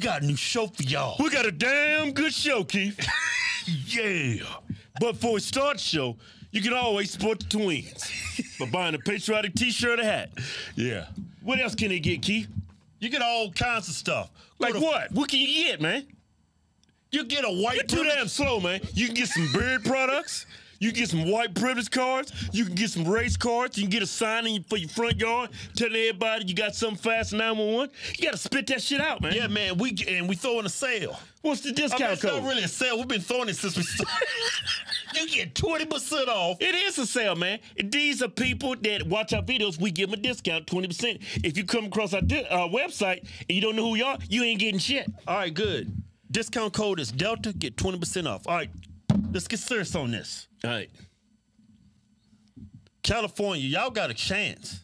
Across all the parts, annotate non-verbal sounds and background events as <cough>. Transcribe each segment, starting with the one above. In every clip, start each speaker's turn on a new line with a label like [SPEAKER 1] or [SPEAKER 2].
[SPEAKER 1] got a new show for y'all.
[SPEAKER 2] We got a damn good show, Keith.
[SPEAKER 1] Yeah.
[SPEAKER 2] But before we start the show, you can always support the
[SPEAKER 1] <laughs>
[SPEAKER 2] twins by buying a patriotic t-shirt or hat.
[SPEAKER 1] Yeah.
[SPEAKER 2] What else can they get, Keith?
[SPEAKER 1] You get all kinds of stuff. Go
[SPEAKER 2] Like
[SPEAKER 1] to-
[SPEAKER 2] what? What can you get, man?
[SPEAKER 1] You get a
[SPEAKER 2] You're
[SPEAKER 1] white
[SPEAKER 2] too
[SPEAKER 1] privilege-
[SPEAKER 2] damn slow, man. You can get some beard products. You can get some white privilege cards. You can get some race cards. You can get a sign in for your front yard telling everybody you got something fast 911. You got to spit that shit out, man.
[SPEAKER 1] Yeah, man, we g- and we throwing a sale.
[SPEAKER 2] What's the
[SPEAKER 1] I
[SPEAKER 2] discount
[SPEAKER 1] mean, it's
[SPEAKER 2] code?
[SPEAKER 1] not really a sale. We've been throwing it since we started. <laughs> you get 20% off.
[SPEAKER 2] It is a sale, man. These are people that watch our videos. We give them a discount, 20%. If you come across our, di- our website and you don't know who we are, you ain't getting shit.
[SPEAKER 1] All right, good. Discount code is Delta. Get 20% off. All right, let's get serious on this.
[SPEAKER 2] All right.
[SPEAKER 1] California, y'all got a chance.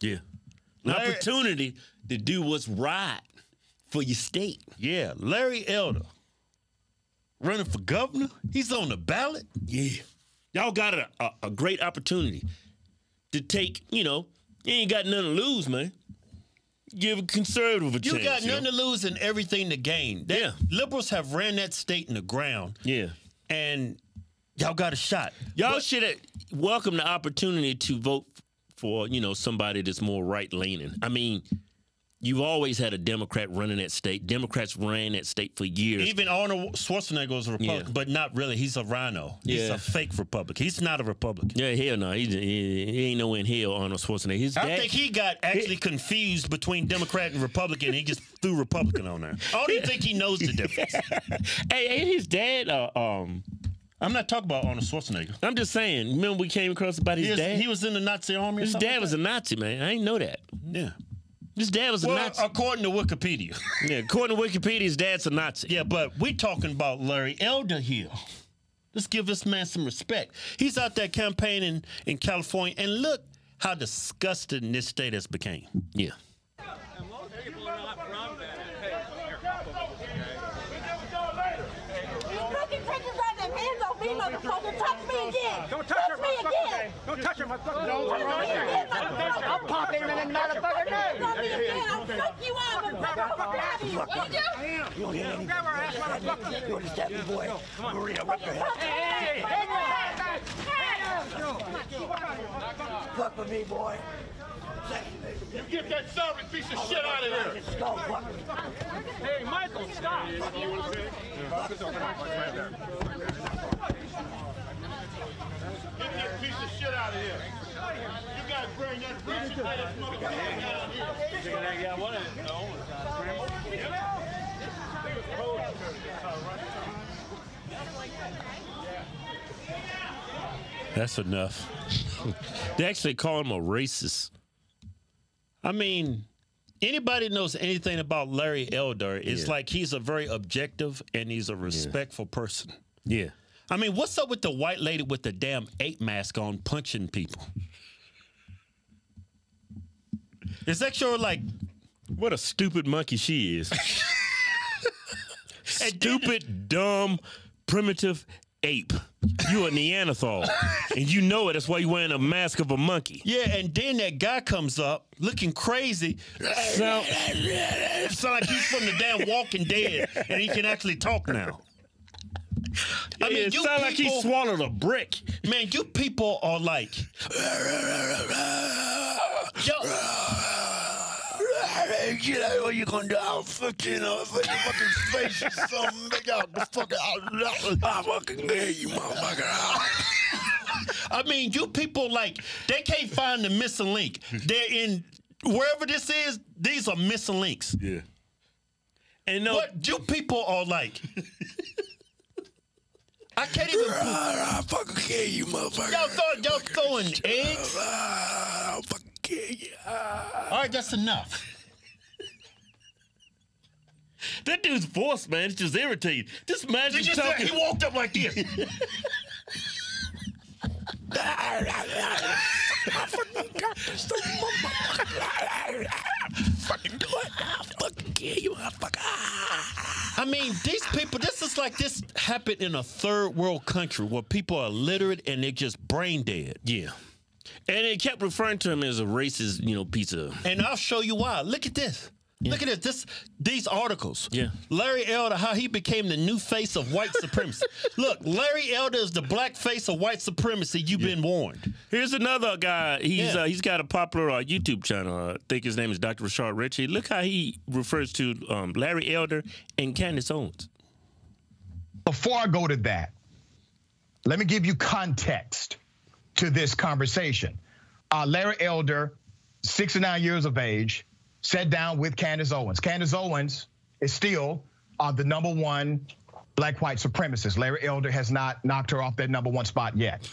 [SPEAKER 2] Yeah. An
[SPEAKER 1] Larry-
[SPEAKER 2] opportunity to do what's right for your state.
[SPEAKER 1] Yeah, Larry Elder running for governor. He's on the ballot.
[SPEAKER 2] Yeah. Y'all got a, a, a great opportunity to take, you know, you ain't got nothing to lose, man. Give a conservative a
[SPEAKER 1] You
[SPEAKER 2] chance.
[SPEAKER 1] got
[SPEAKER 2] yo.
[SPEAKER 1] nothing to lose and everything to gain. That-
[SPEAKER 2] Yeah.
[SPEAKER 1] Liberals have ran that state in the ground,
[SPEAKER 2] Yeah.
[SPEAKER 1] and y'all got a shot.
[SPEAKER 2] Y'all should have welcome the opportunity to vote for, you know, somebody that's more right leaning. I mean, you've always had a Democrat running that state. Democrats ran that state for years.
[SPEAKER 1] Even Arnold Schwarzenegger is a Republican,
[SPEAKER 2] Yeah.
[SPEAKER 1] but not really. He's a rhino. He's
[SPEAKER 2] Yeah.
[SPEAKER 1] a fake Republican. He's not a Republican.
[SPEAKER 2] yeah, hell no. He, he, he ain't nowhere in hell, Arnold Schwarzenegger. His
[SPEAKER 1] I
[SPEAKER 2] dad-
[SPEAKER 1] think he got actually confused between Democrat and Republican. He just threw Republican on there. I don't even think he knows the difference.
[SPEAKER 2] hey, ain't his dad, uh, um,
[SPEAKER 1] I'm not talking about Arnold Schwarzenegger.
[SPEAKER 2] I'm just saying, remember we came across about his
[SPEAKER 1] He was,
[SPEAKER 2] dad?
[SPEAKER 1] he was in the Nazi army. Or
[SPEAKER 2] His
[SPEAKER 1] something
[SPEAKER 2] dad
[SPEAKER 1] like
[SPEAKER 2] was a Nazi, man. I didn't know that.
[SPEAKER 1] that? yeah.
[SPEAKER 2] His dad was a
[SPEAKER 1] Well,
[SPEAKER 2] Nazi.
[SPEAKER 1] according to Wikipedia.
[SPEAKER 2] yeah, according to Wikipedia, his dad's a Nazi.
[SPEAKER 1] Yeah, but we talking about Larry Elder here. Let's give this man some respect. He's out there campaigning in California, and look how disgusting this state has became.
[SPEAKER 2] Yeah.
[SPEAKER 3] You fucking take your goddamn hands off me, motherfucker. Touch me again.
[SPEAKER 4] Don't touch her
[SPEAKER 3] me
[SPEAKER 4] motherfucking
[SPEAKER 3] again.
[SPEAKER 4] name. Don't touch her motherfucking
[SPEAKER 3] Touch me again, motherfucker.
[SPEAKER 4] I'm popping in that motherfucking
[SPEAKER 3] Touch
[SPEAKER 4] name.
[SPEAKER 3] me again. I'll fuck you up and fuck the fuck out of you. Will you?
[SPEAKER 4] Grab her ass, motherfucker. You understand me, boy? Maria, what the
[SPEAKER 3] Fuck
[SPEAKER 4] Hey,
[SPEAKER 3] you up.
[SPEAKER 4] hey, hey, hey.
[SPEAKER 5] Fuck with me, boy.
[SPEAKER 6] You get that sovereign piece of shit out of here.
[SPEAKER 5] Just go fuck with me.
[SPEAKER 4] Hey, Michael, stop.
[SPEAKER 6] Get that piece of shit out of here. You gotta bring that piece of ass motherfucker out of here.
[SPEAKER 2] That's enough. <laughs> they actually call him a racist.
[SPEAKER 1] I mean, anybody that knows anything about Larry Elder, it's
[SPEAKER 2] Yeah.
[SPEAKER 1] like he's a very objective and he's a respectful person.
[SPEAKER 2] Yeah.
[SPEAKER 1] I mean, what's up with the white lady with the damn ape mask on punching people? Is that your like
[SPEAKER 2] What a stupid monkey
[SPEAKER 1] <laughs>
[SPEAKER 2] she is. stupid, dumb, primitive ape. You a Neanderthal. and you know it. That's why you wearing a mask of a monkey.
[SPEAKER 1] Yeah, and then that guy comes up looking crazy.
[SPEAKER 2] So,
[SPEAKER 1] Sound like he's from the damn Walking Dead, and he can actually talk now. I mean,
[SPEAKER 2] it
[SPEAKER 1] you
[SPEAKER 2] sound like he
[SPEAKER 1] people-
[SPEAKER 2] swallowed a brick.
[SPEAKER 1] Man, you people are like, yo,
[SPEAKER 5] You know what you gonna do? I'll fuck you know, fuck your fucking face or something. Make out the fucking I'll, I'll fucking kill you, motherfucker.
[SPEAKER 1] I mean, you people like they can't find the missing link. They're in wherever this is. These are missing links.
[SPEAKER 2] Yeah. And uh, no,
[SPEAKER 1] What you people are like. I can't even.
[SPEAKER 5] I'll fucking kill you, motherfucker.
[SPEAKER 1] Y'all, throw, y'all throwing eggs.
[SPEAKER 5] I'll fucking kill you.
[SPEAKER 1] All right, that's enough.
[SPEAKER 2] that dude's voice, man, it's just irritating. Just imagine
[SPEAKER 1] Did you see-
[SPEAKER 2] talking.
[SPEAKER 1] he walked up like this.
[SPEAKER 5] Fucking do it. I'll fucking kill you, motherfucker.
[SPEAKER 1] I mean, these people, this is like this happened in a third world country where people are illiterate and they're just brain dead.
[SPEAKER 2] yeah. And they kept referring to him as a racist, you know, piece of.
[SPEAKER 1] And I'll show you why. Look at this. Look at this. This these articles.
[SPEAKER 2] Yeah.
[SPEAKER 1] Larry Elder, how he became the new face of white
[SPEAKER 2] <laughs>
[SPEAKER 1] supremacy. Look, Larry Elder is the black face of white supremacy. You've been warned.
[SPEAKER 2] Here's another guy. He's
[SPEAKER 1] Yeah.
[SPEAKER 2] uh, he's got a popular uh, YouTube channel. Uh, I think his name is Dr. Rashard Ritchie. Look how he refers to um, Larry Elder and Candace Owens.
[SPEAKER 7] Before I go to that, let me give you context to this conversation. Uh, Larry Elder, 69 years of age, sat down with Candace Owens. Candace Owens is still uh, the number one black white supremacist. Larry Elder has not knocked her off that number one spot yet.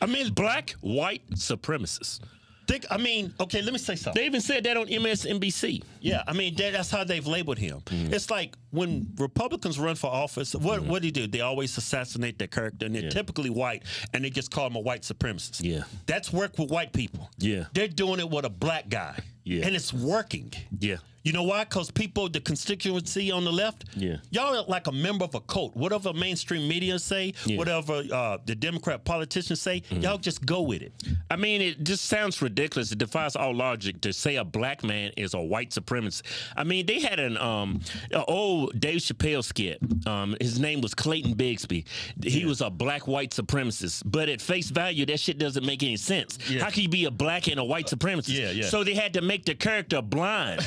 [SPEAKER 2] I mean, black white supremacists.
[SPEAKER 1] Think I mean, okay, let me say something.
[SPEAKER 2] They even said that on MSNBC.
[SPEAKER 1] Yeah, I mean that, that's how they've labeled him.
[SPEAKER 2] Mm-hmm.
[SPEAKER 1] It's like when Republicans run for office, what what do you do? They always assassinate their character, and they're
[SPEAKER 2] Yeah.
[SPEAKER 1] typically white, and they just call them a white supremacist.
[SPEAKER 2] Yeah.
[SPEAKER 1] that's work with white people.
[SPEAKER 2] Yeah.
[SPEAKER 1] they're doing it with a black guy.
[SPEAKER 2] Yeah.
[SPEAKER 1] and it's working.
[SPEAKER 2] Yeah.
[SPEAKER 1] You know why? Because people, the constituency on the left,
[SPEAKER 2] Yeah.
[SPEAKER 1] y'all are like a member of a cult. Whatever mainstream media say,
[SPEAKER 2] Yeah. Mm-hmm.
[SPEAKER 1] whatever uh, the Democrat politicians say, y'all just go with it.
[SPEAKER 2] I mean, it just sounds ridiculous. It defies all logic to say a black man is a white supremacist. I mean, they had an um an old Dave Chappelle skit. Um, his name was Clayton Bigsby. He was a black white supremacist. But at face value, that shit doesn't make any sense. How can you be a black and a white supremacist?
[SPEAKER 1] Yeah, yeah.
[SPEAKER 2] So they had to make the character
[SPEAKER 1] <laughs>
[SPEAKER 2] blind.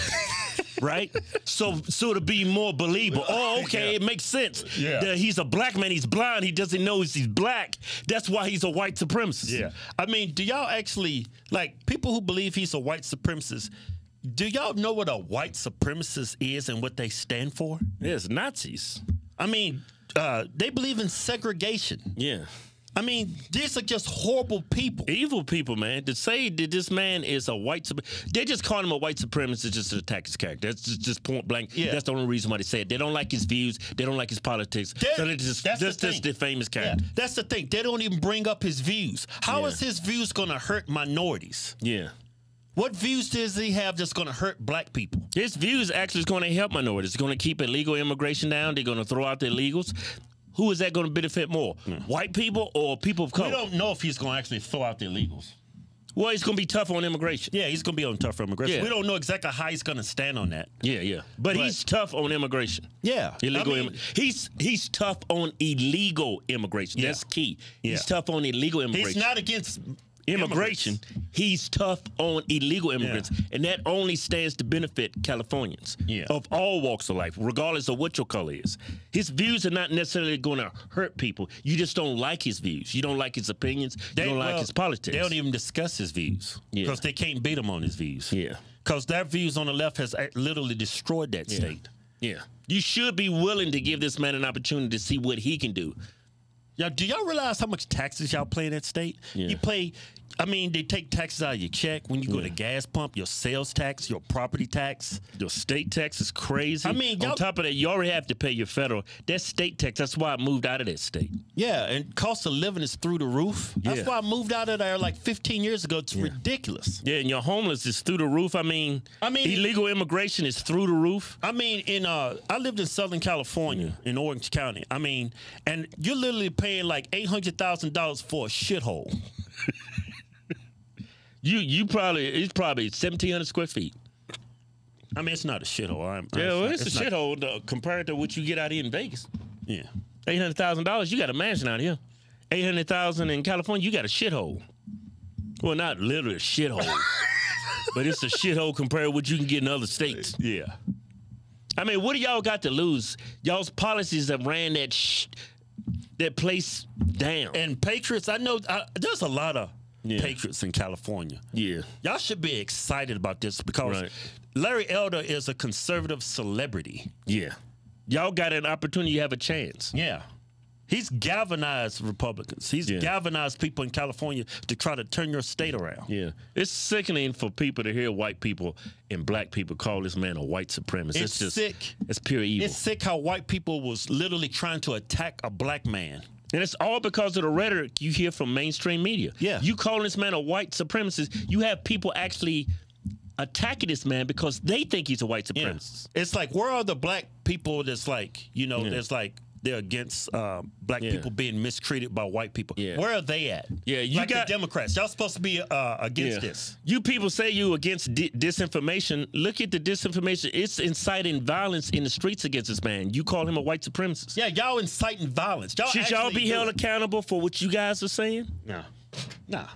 [SPEAKER 2] Right, so so to be more believable.
[SPEAKER 1] <laughs>
[SPEAKER 2] Oh, okay, it makes sense.
[SPEAKER 1] Yeah.
[SPEAKER 2] that he's a black man. He's blind. He doesn't know he's black. That's why he's a white supremacist.
[SPEAKER 1] Yeah. I mean, do y'all actually like people who believe he's a white supremacist? Do y'all know what a white supremacist is and what they stand for?
[SPEAKER 2] Yes, Nazis.
[SPEAKER 1] I mean, uh, they believe in segregation.
[SPEAKER 2] Yeah.
[SPEAKER 1] I mean, these are just horrible people.
[SPEAKER 2] Evil people, man. To say that this man is a white supremacist, they just call him a white supremacist just to attack his character. That's just, just point blank.
[SPEAKER 1] Yeah.
[SPEAKER 2] That's the only reason why they say it. They don't like his views. They don't like his politics.
[SPEAKER 1] That-
[SPEAKER 2] so they just,
[SPEAKER 1] that's the
[SPEAKER 2] just, just
[SPEAKER 1] thing.
[SPEAKER 2] defame his
[SPEAKER 1] Yeah,
[SPEAKER 2] character.
[SPEAKER 1] that's the thing. They don't even bring up his views. How
[SPEAKER 2] Yeah.
[SPEAKER 1] is his views going to hurt minorities?
[SPEAKER 2] Yeah.
[SPEAKER 1] What views does he have that's going to hurt black people?
[SPEAKER 2] His views actually is going to help minorities. It's going to keep illegal immigration down. They're going to throw out the illegals. Who is that going to benefit more? White people or people of
[SPEAKER 1] Hmm. We
[SPEAKER 2] color?
[SPEAKER 1] don't know if he's going to actually throw out the illegals.
[SPEAKER 2] Well, it's going to be tough on immigration.
[SPEAKER 1] Yeah, he's going to be on tough immigration.
[SPEAKER 2] Yeah.
[SPEAKER 1] We don't know exactly how he's going to stand on that.
[SPEAKER 2] Yeah, yeah.
[SPEAKER 1] But-
[SPEAKER 2] But, he's tough on immigration.
[SPEAKER 1] Yeah.
[SPEAKER 2] Illegal.
[SPEAKER 1] I mean-
[SPEAKER 2] immi- he's he's tough on illegal immigration.
[SPEAKER 1] Yeah.
[SPEAKER 2] That's key.
[SPEAKER 1] Yeah.
[SPEAKER 2] He's tough on illegal immigration.
[SPEAKER 1] He's not against
[SPEAKER 2] immigration.
[SPEAKER 1] immigrants.
[SPEAKER 2] He's tough on illegal immigrants, and that only stands to benefit Californians
[SPEAKER 1] Yeah.
[SPEAKER 2] of all walks of life, regardless of what your color is. His views are not necessarily going to hurt people. You just don't like his views. You don't like his opinions. you don't like
[SPEAKER 1] well,
[SPEAKER 2] his politics.
[SPEAKER 1] They don't even discuss his views
[SPEAKER 2] Yeah.
[SPEAKER 1] because they can't beat him on his views.
[SPEAKER 2] Yeah.
[SPEAKER 1] because their views on the left has act- literally destroyed that state.
[SPEAKER 2] yeah. You should be willing to give this man an opportunity to see what he can do.
[SPEAKER 1] Y'all, do y'all realize how much taxes y'all pay in that state?
[SPEAKER 2] Yeah.
[SPEAKER 1] You pay, I mean, they take taxes out of your check when you go to gas pump, your sales tax, your property tax.
[SPEAKER 2] Your state tax is crazy.
[SPEAKER 1] I mean, y'all-
[SPEAKER 2] on top of that, you already have to pay your federal. That's state tax. That's why I moved out of that state.
[SPEAKER 1] Yeah, and cost of living is through the roof. That's
[SPEAKER 2] Yeah.
[SPEAKER 1] why I moved out of there like 15 years ago. It's ridiculous.
[SPEAKER 2] Yeah, and your homeless is through the roof. I mean,
[SPEAKER 1] I mean-
[SPEAKER 2] illegal immigration is through the roof.
[SPEAKER 1] I mean, in uh, I lived in Southern California, in Orange County. I mean, and you're literally paying like eight hundred thousand dollars for a shithole.
[SPEAKER 2] You you probably it's probably seventeen hundred square feet.
[SPEAKER 1] I mean, it's not a shithole. I'm,
[SPEAKER 2] Yeah, well, it's, a
[SPEAKER 1] not-
[SPEAKER 2] shithole uh, compared to what you get out here in Vegas.
[SPEAKER 1] Yeah,
[SPEAKER 2] Eight hundred thousand dollars, you got a mansion out here. Eight hundred thousand in California, you got a shithole. Well, not literally a <laughs> shithole, but it's a shithole compared to what you can get in other states.
[SPEAKER 1] yeah.
[SPEAKER 2] I mean, what do y'all got to lose? Y'all's policies have ran that sh- that place down.
[SPEAKER 1] And Patriots, I know I, there's a lot of
[SPEAKER 2] Yeah.
[SPEAKER 1] Patriots in California.
[SPEAKER 2] yeah,
[SPEAKER 1] Y'all should be excited about this because
[SPEAKER 2] Right.
[SPEAKER 1] Larry Elder is a conservative celebrity.
[SPEAKER 2] yeah. Y'all got an opportunity. You have a chance.
[SPEAKER 1] Yeah. He's galvanized Republicans. He's
[SPEAKER 2] Yeah.
[SPEAKER 1] galvanized people in California to try to turn your state around.
[SPEAKER 2] Yeah, it's sickening for people to hear white people and black people call this man a white supremacist. It's,
[SPEAKER 1] It's
[SPEAKER 2] just
[SPEAKER 1] sick.
[SPEAKER 2] It's pure evil,
[SPEAKER 1] It's sick how white people was literally trying to attack a black man.
[SPEAKER 2] and it's all because of the rhetoric you hear from mainstream media.
[SPEAKER 1] Yeah.
[SPEAKER 2] you calling this man a white supremacist. You have people actually attacking this man because they think he's a white
[SPEAKER 1] Yeah.
[SPEAKER 2] supremacist.
[SPEAKER 1] It's like where are the black people that's like, you know, that's like They're against uh, black
[SPEAKER 2] Yeah.
[SPEAKER 1] people being mistreated by white people.
[SPEAKER 2] Yeah.
[SPEAKER 1] Where are they at?
[SPEAKER 2] Yeah, you
[SPEAKER 1] like
[SPEAKER 2] got-
[SPEAKER 1] the Democrats. Y'all supposed to be uh, against
[SPEAKER 2] Yeah.
[SPEAKER 1] this.
[SPEAKER 2] You people say you against di- disinformation. Look at the disinformation. It's inciting violence in the streets against this man. You call him a white supremacist.
[SPEAKER 1] Yeah, y'all inciting violence. Y'all
[SPEAKER 2] Should y'all
[SPEAKER 1] Oh, actually
[SPEAKER 2] be held
[SPEAKER 1] doing-
[SPEAKER 2] accountable for what you guys are saying?
[SPEAKER 1] Nah, nah.
[SPEAKER 2] Oh.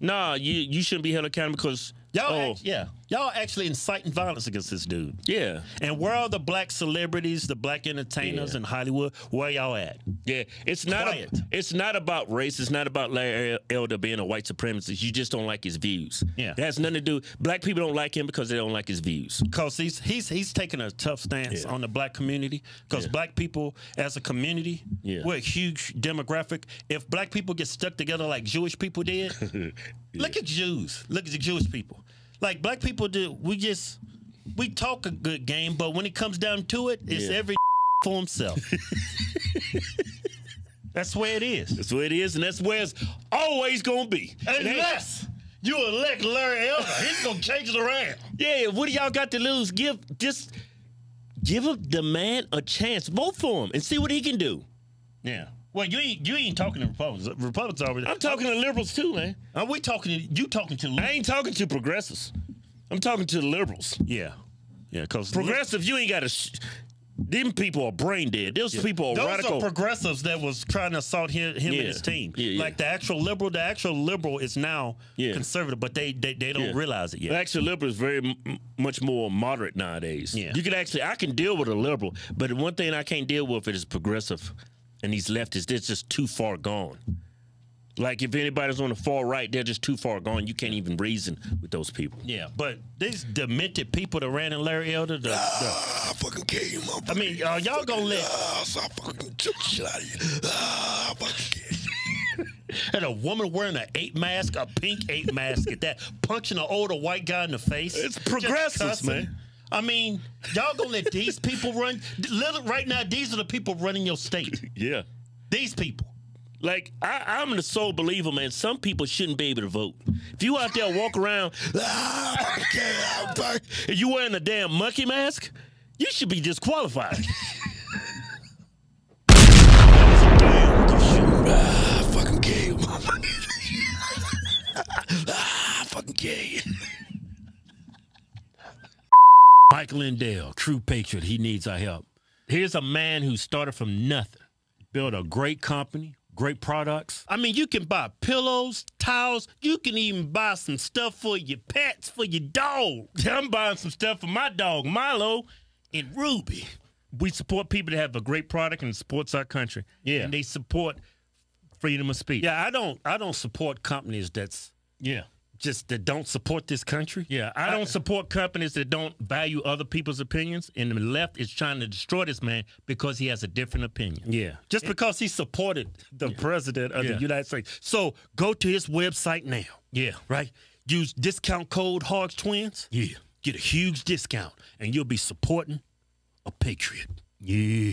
[SPEAKER 2] Nah, you you shouldn't be held accountable because
[SPEAKER 1] Y'all,
[SPEAKER 2] oh,
[SPEAKER 1] act- yeah, y'all actually inciting violence against this dude.
[SPEAKER 2] yeah,
[SPEAKER 1] And where are the black celebrities, the black entertainers
[SPEAKER 2] Yeah.
[SPEAKER 1] in Hollywood? Where y'all at?
[SPEAKER 2] yeah. It's not a,
[SPEAKER 1] Quiet.
[SPEAKER 2] it's not about race. It's not about Larry Elder being a white supremacist. You just don't like his views.
[SPEAKER 1] Yeah.
[SPEAKER 2] that has nothing to do. Black people don't like him because they don't like his views.
[SPEAKER 1] Cause he's he's he's taking a tough stance
[SPEAKER 2] Yeah.
[SPEAKER 1] on the black community. Cause
[SPEAKER 2] Yeah.
[SPEAKER 1] black people, as a community,
[SPEAKER 2] Yeah.
[SPEAKER 1] we're a huge demographic. If black people get stuck together like Jewish people did,
[SPEAKER 2] <laughs>
[SPEAKER 1] look at Jews. Look at the Jewish people. Like black people do, we just we talk a good game, but when it comes down to it, it's
[SPEAKER 2] Yeah.
[SPEAKER 1] every <laughs> for himself. That's where it is.
[SPEAKER 2] That's where it is, and that's where it's always gonna be. It ain't-
[SPEAKER 1] Unless you elect Larry Elder, he's gonna change it around.
[SPEAKER 2] Yeah, what do y'all got to lose? Give just give a, the man a chance. Vote for him and see what he can do.
[SPEAKER 1] Yeah. Well, you ain't you ain't talking to Republicans. Republicans already.
[SPEAKER 2] I'm talking to liberals too, man.
[SPEAKER 1] Are we talking to you? Talking to
[SPEAKER 2] I ain't talking to progressives. I'm talking to the liberals.
[SPEAKER 1] Yeah, yeah. Cause
[SPEAKER 2] Progressive, you ain't got to. Sh- them people are brain dead. Those people are
[SPEAKER 1] those
[SPEAKER 2] radical.
[SPEAKER 1] are progressives that was trying to assault him, him
[SPEAKER 2] Yeah.
[SPEAKER 1] and his team.
[SPEAKER 2] Yeah, yeah.
[SPEAKER 1] Like the actual liberal, the actual liberal is now
[SPEAKER 2] Yeah.
[SPEAKER 1] conservative, but they they, they don't
[SPEAKER 2] Yeah.
[SPEAKER 1] realize it yet.
[SPEAKER 2] The actual liberal is very m- much more moderate nowadays.
[SPEAKER 1] Yeah.
[SPEAKER 2] You can actually, I can deal with a liberal, but the one thing I can't deal with is progressive and these leftists. They're just too far gone. Like if anybody's on the far right, they're just too far gone. You can't even reason with those people.
[SPEAKER 1] yeah, but these demented people that ran in Larry Elder, the, the,
[SPEAKER 5] Ah, I fucking kill you, motherfucker.
[SPEAKER 1] I mean, uh, y'all gonna let-
[SPEAKER 5] Ah, so I fucking took the shit out of you. Ah, I fucking kill you.
[SPEAKER 1] and a woman wearing an ape mask, a pink ape mask at that, punching an older white guy in the face.
[SPEAKER 2] It's
[SPEAKER 1] Just
[SPEAKER 2] progressives,
[SPEAKER 1] cussing.
[SPEAKER 2] man.
[SPEAKER 1] I mean, y'all gonna let these people run? Little, right now, these are the people running your state.
[SPEAKER 2] <laughs> Yeah.
[SPEAKER 1] These people.
[SPEAKER 2] Like I, I'm the sole believer, man. Some people shouldn't be able to vote. If you out there walk around
[SPEAKER 5] Ah, I fucking kill you. I fucking-
[SPEAKER 2] and you wearing a damn monkey mask, you should be disqualified.
[SPEAKER 5] <laughs> Ah, I fucking kill you, motherfucker. Ah, I fucking kill
[SPEAKER 1] <laughs>
[SPEAKER 5] you.
[SPEAKER 1] Mike Lindell, true patriot, he needs our help. Here's a man who started from nothing, built a great company, great products. I mean, you can buy pillows, towels, you can even buy some stuff for your pets, for your dog. <laughs> I'm buying some stuff for my dog, Milo, and Ruby.
[SPEAKER 2] we support people that have a great product and supports our country.
[SPEAKER 1] Yeah.
[SPEAKER 2] And they support freedom of speech.
[SPEAKER 1] Yeah, I don't I don't support companies that's
[SPEAKER 2] Yeah.
[SPEAKER 1] just that don't support this country.
[SPEAKER 2] Yeah. I don't support companies that don't value other people's opinions. And the left is trying to destroy this man because he has a different opinion.
[SPEAKER 1] Yeah. Just because he supported the president of
[SPEAKER 2] Yeah.
[SPEAKER 1] the United States. So go to his website now.
[SPEAKER 2] Yeah.
[SPEAKER 1] Right? Use discount code Hogs Twins.
[SPEAKER 2] Yeah.
[SPEAKER 1] Get a huge discount and you'll be supporting a patriot.
[SPEAKER 2] Yeah.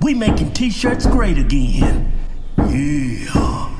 [SPEAKER 8] We making t-shirts great again. Yeah.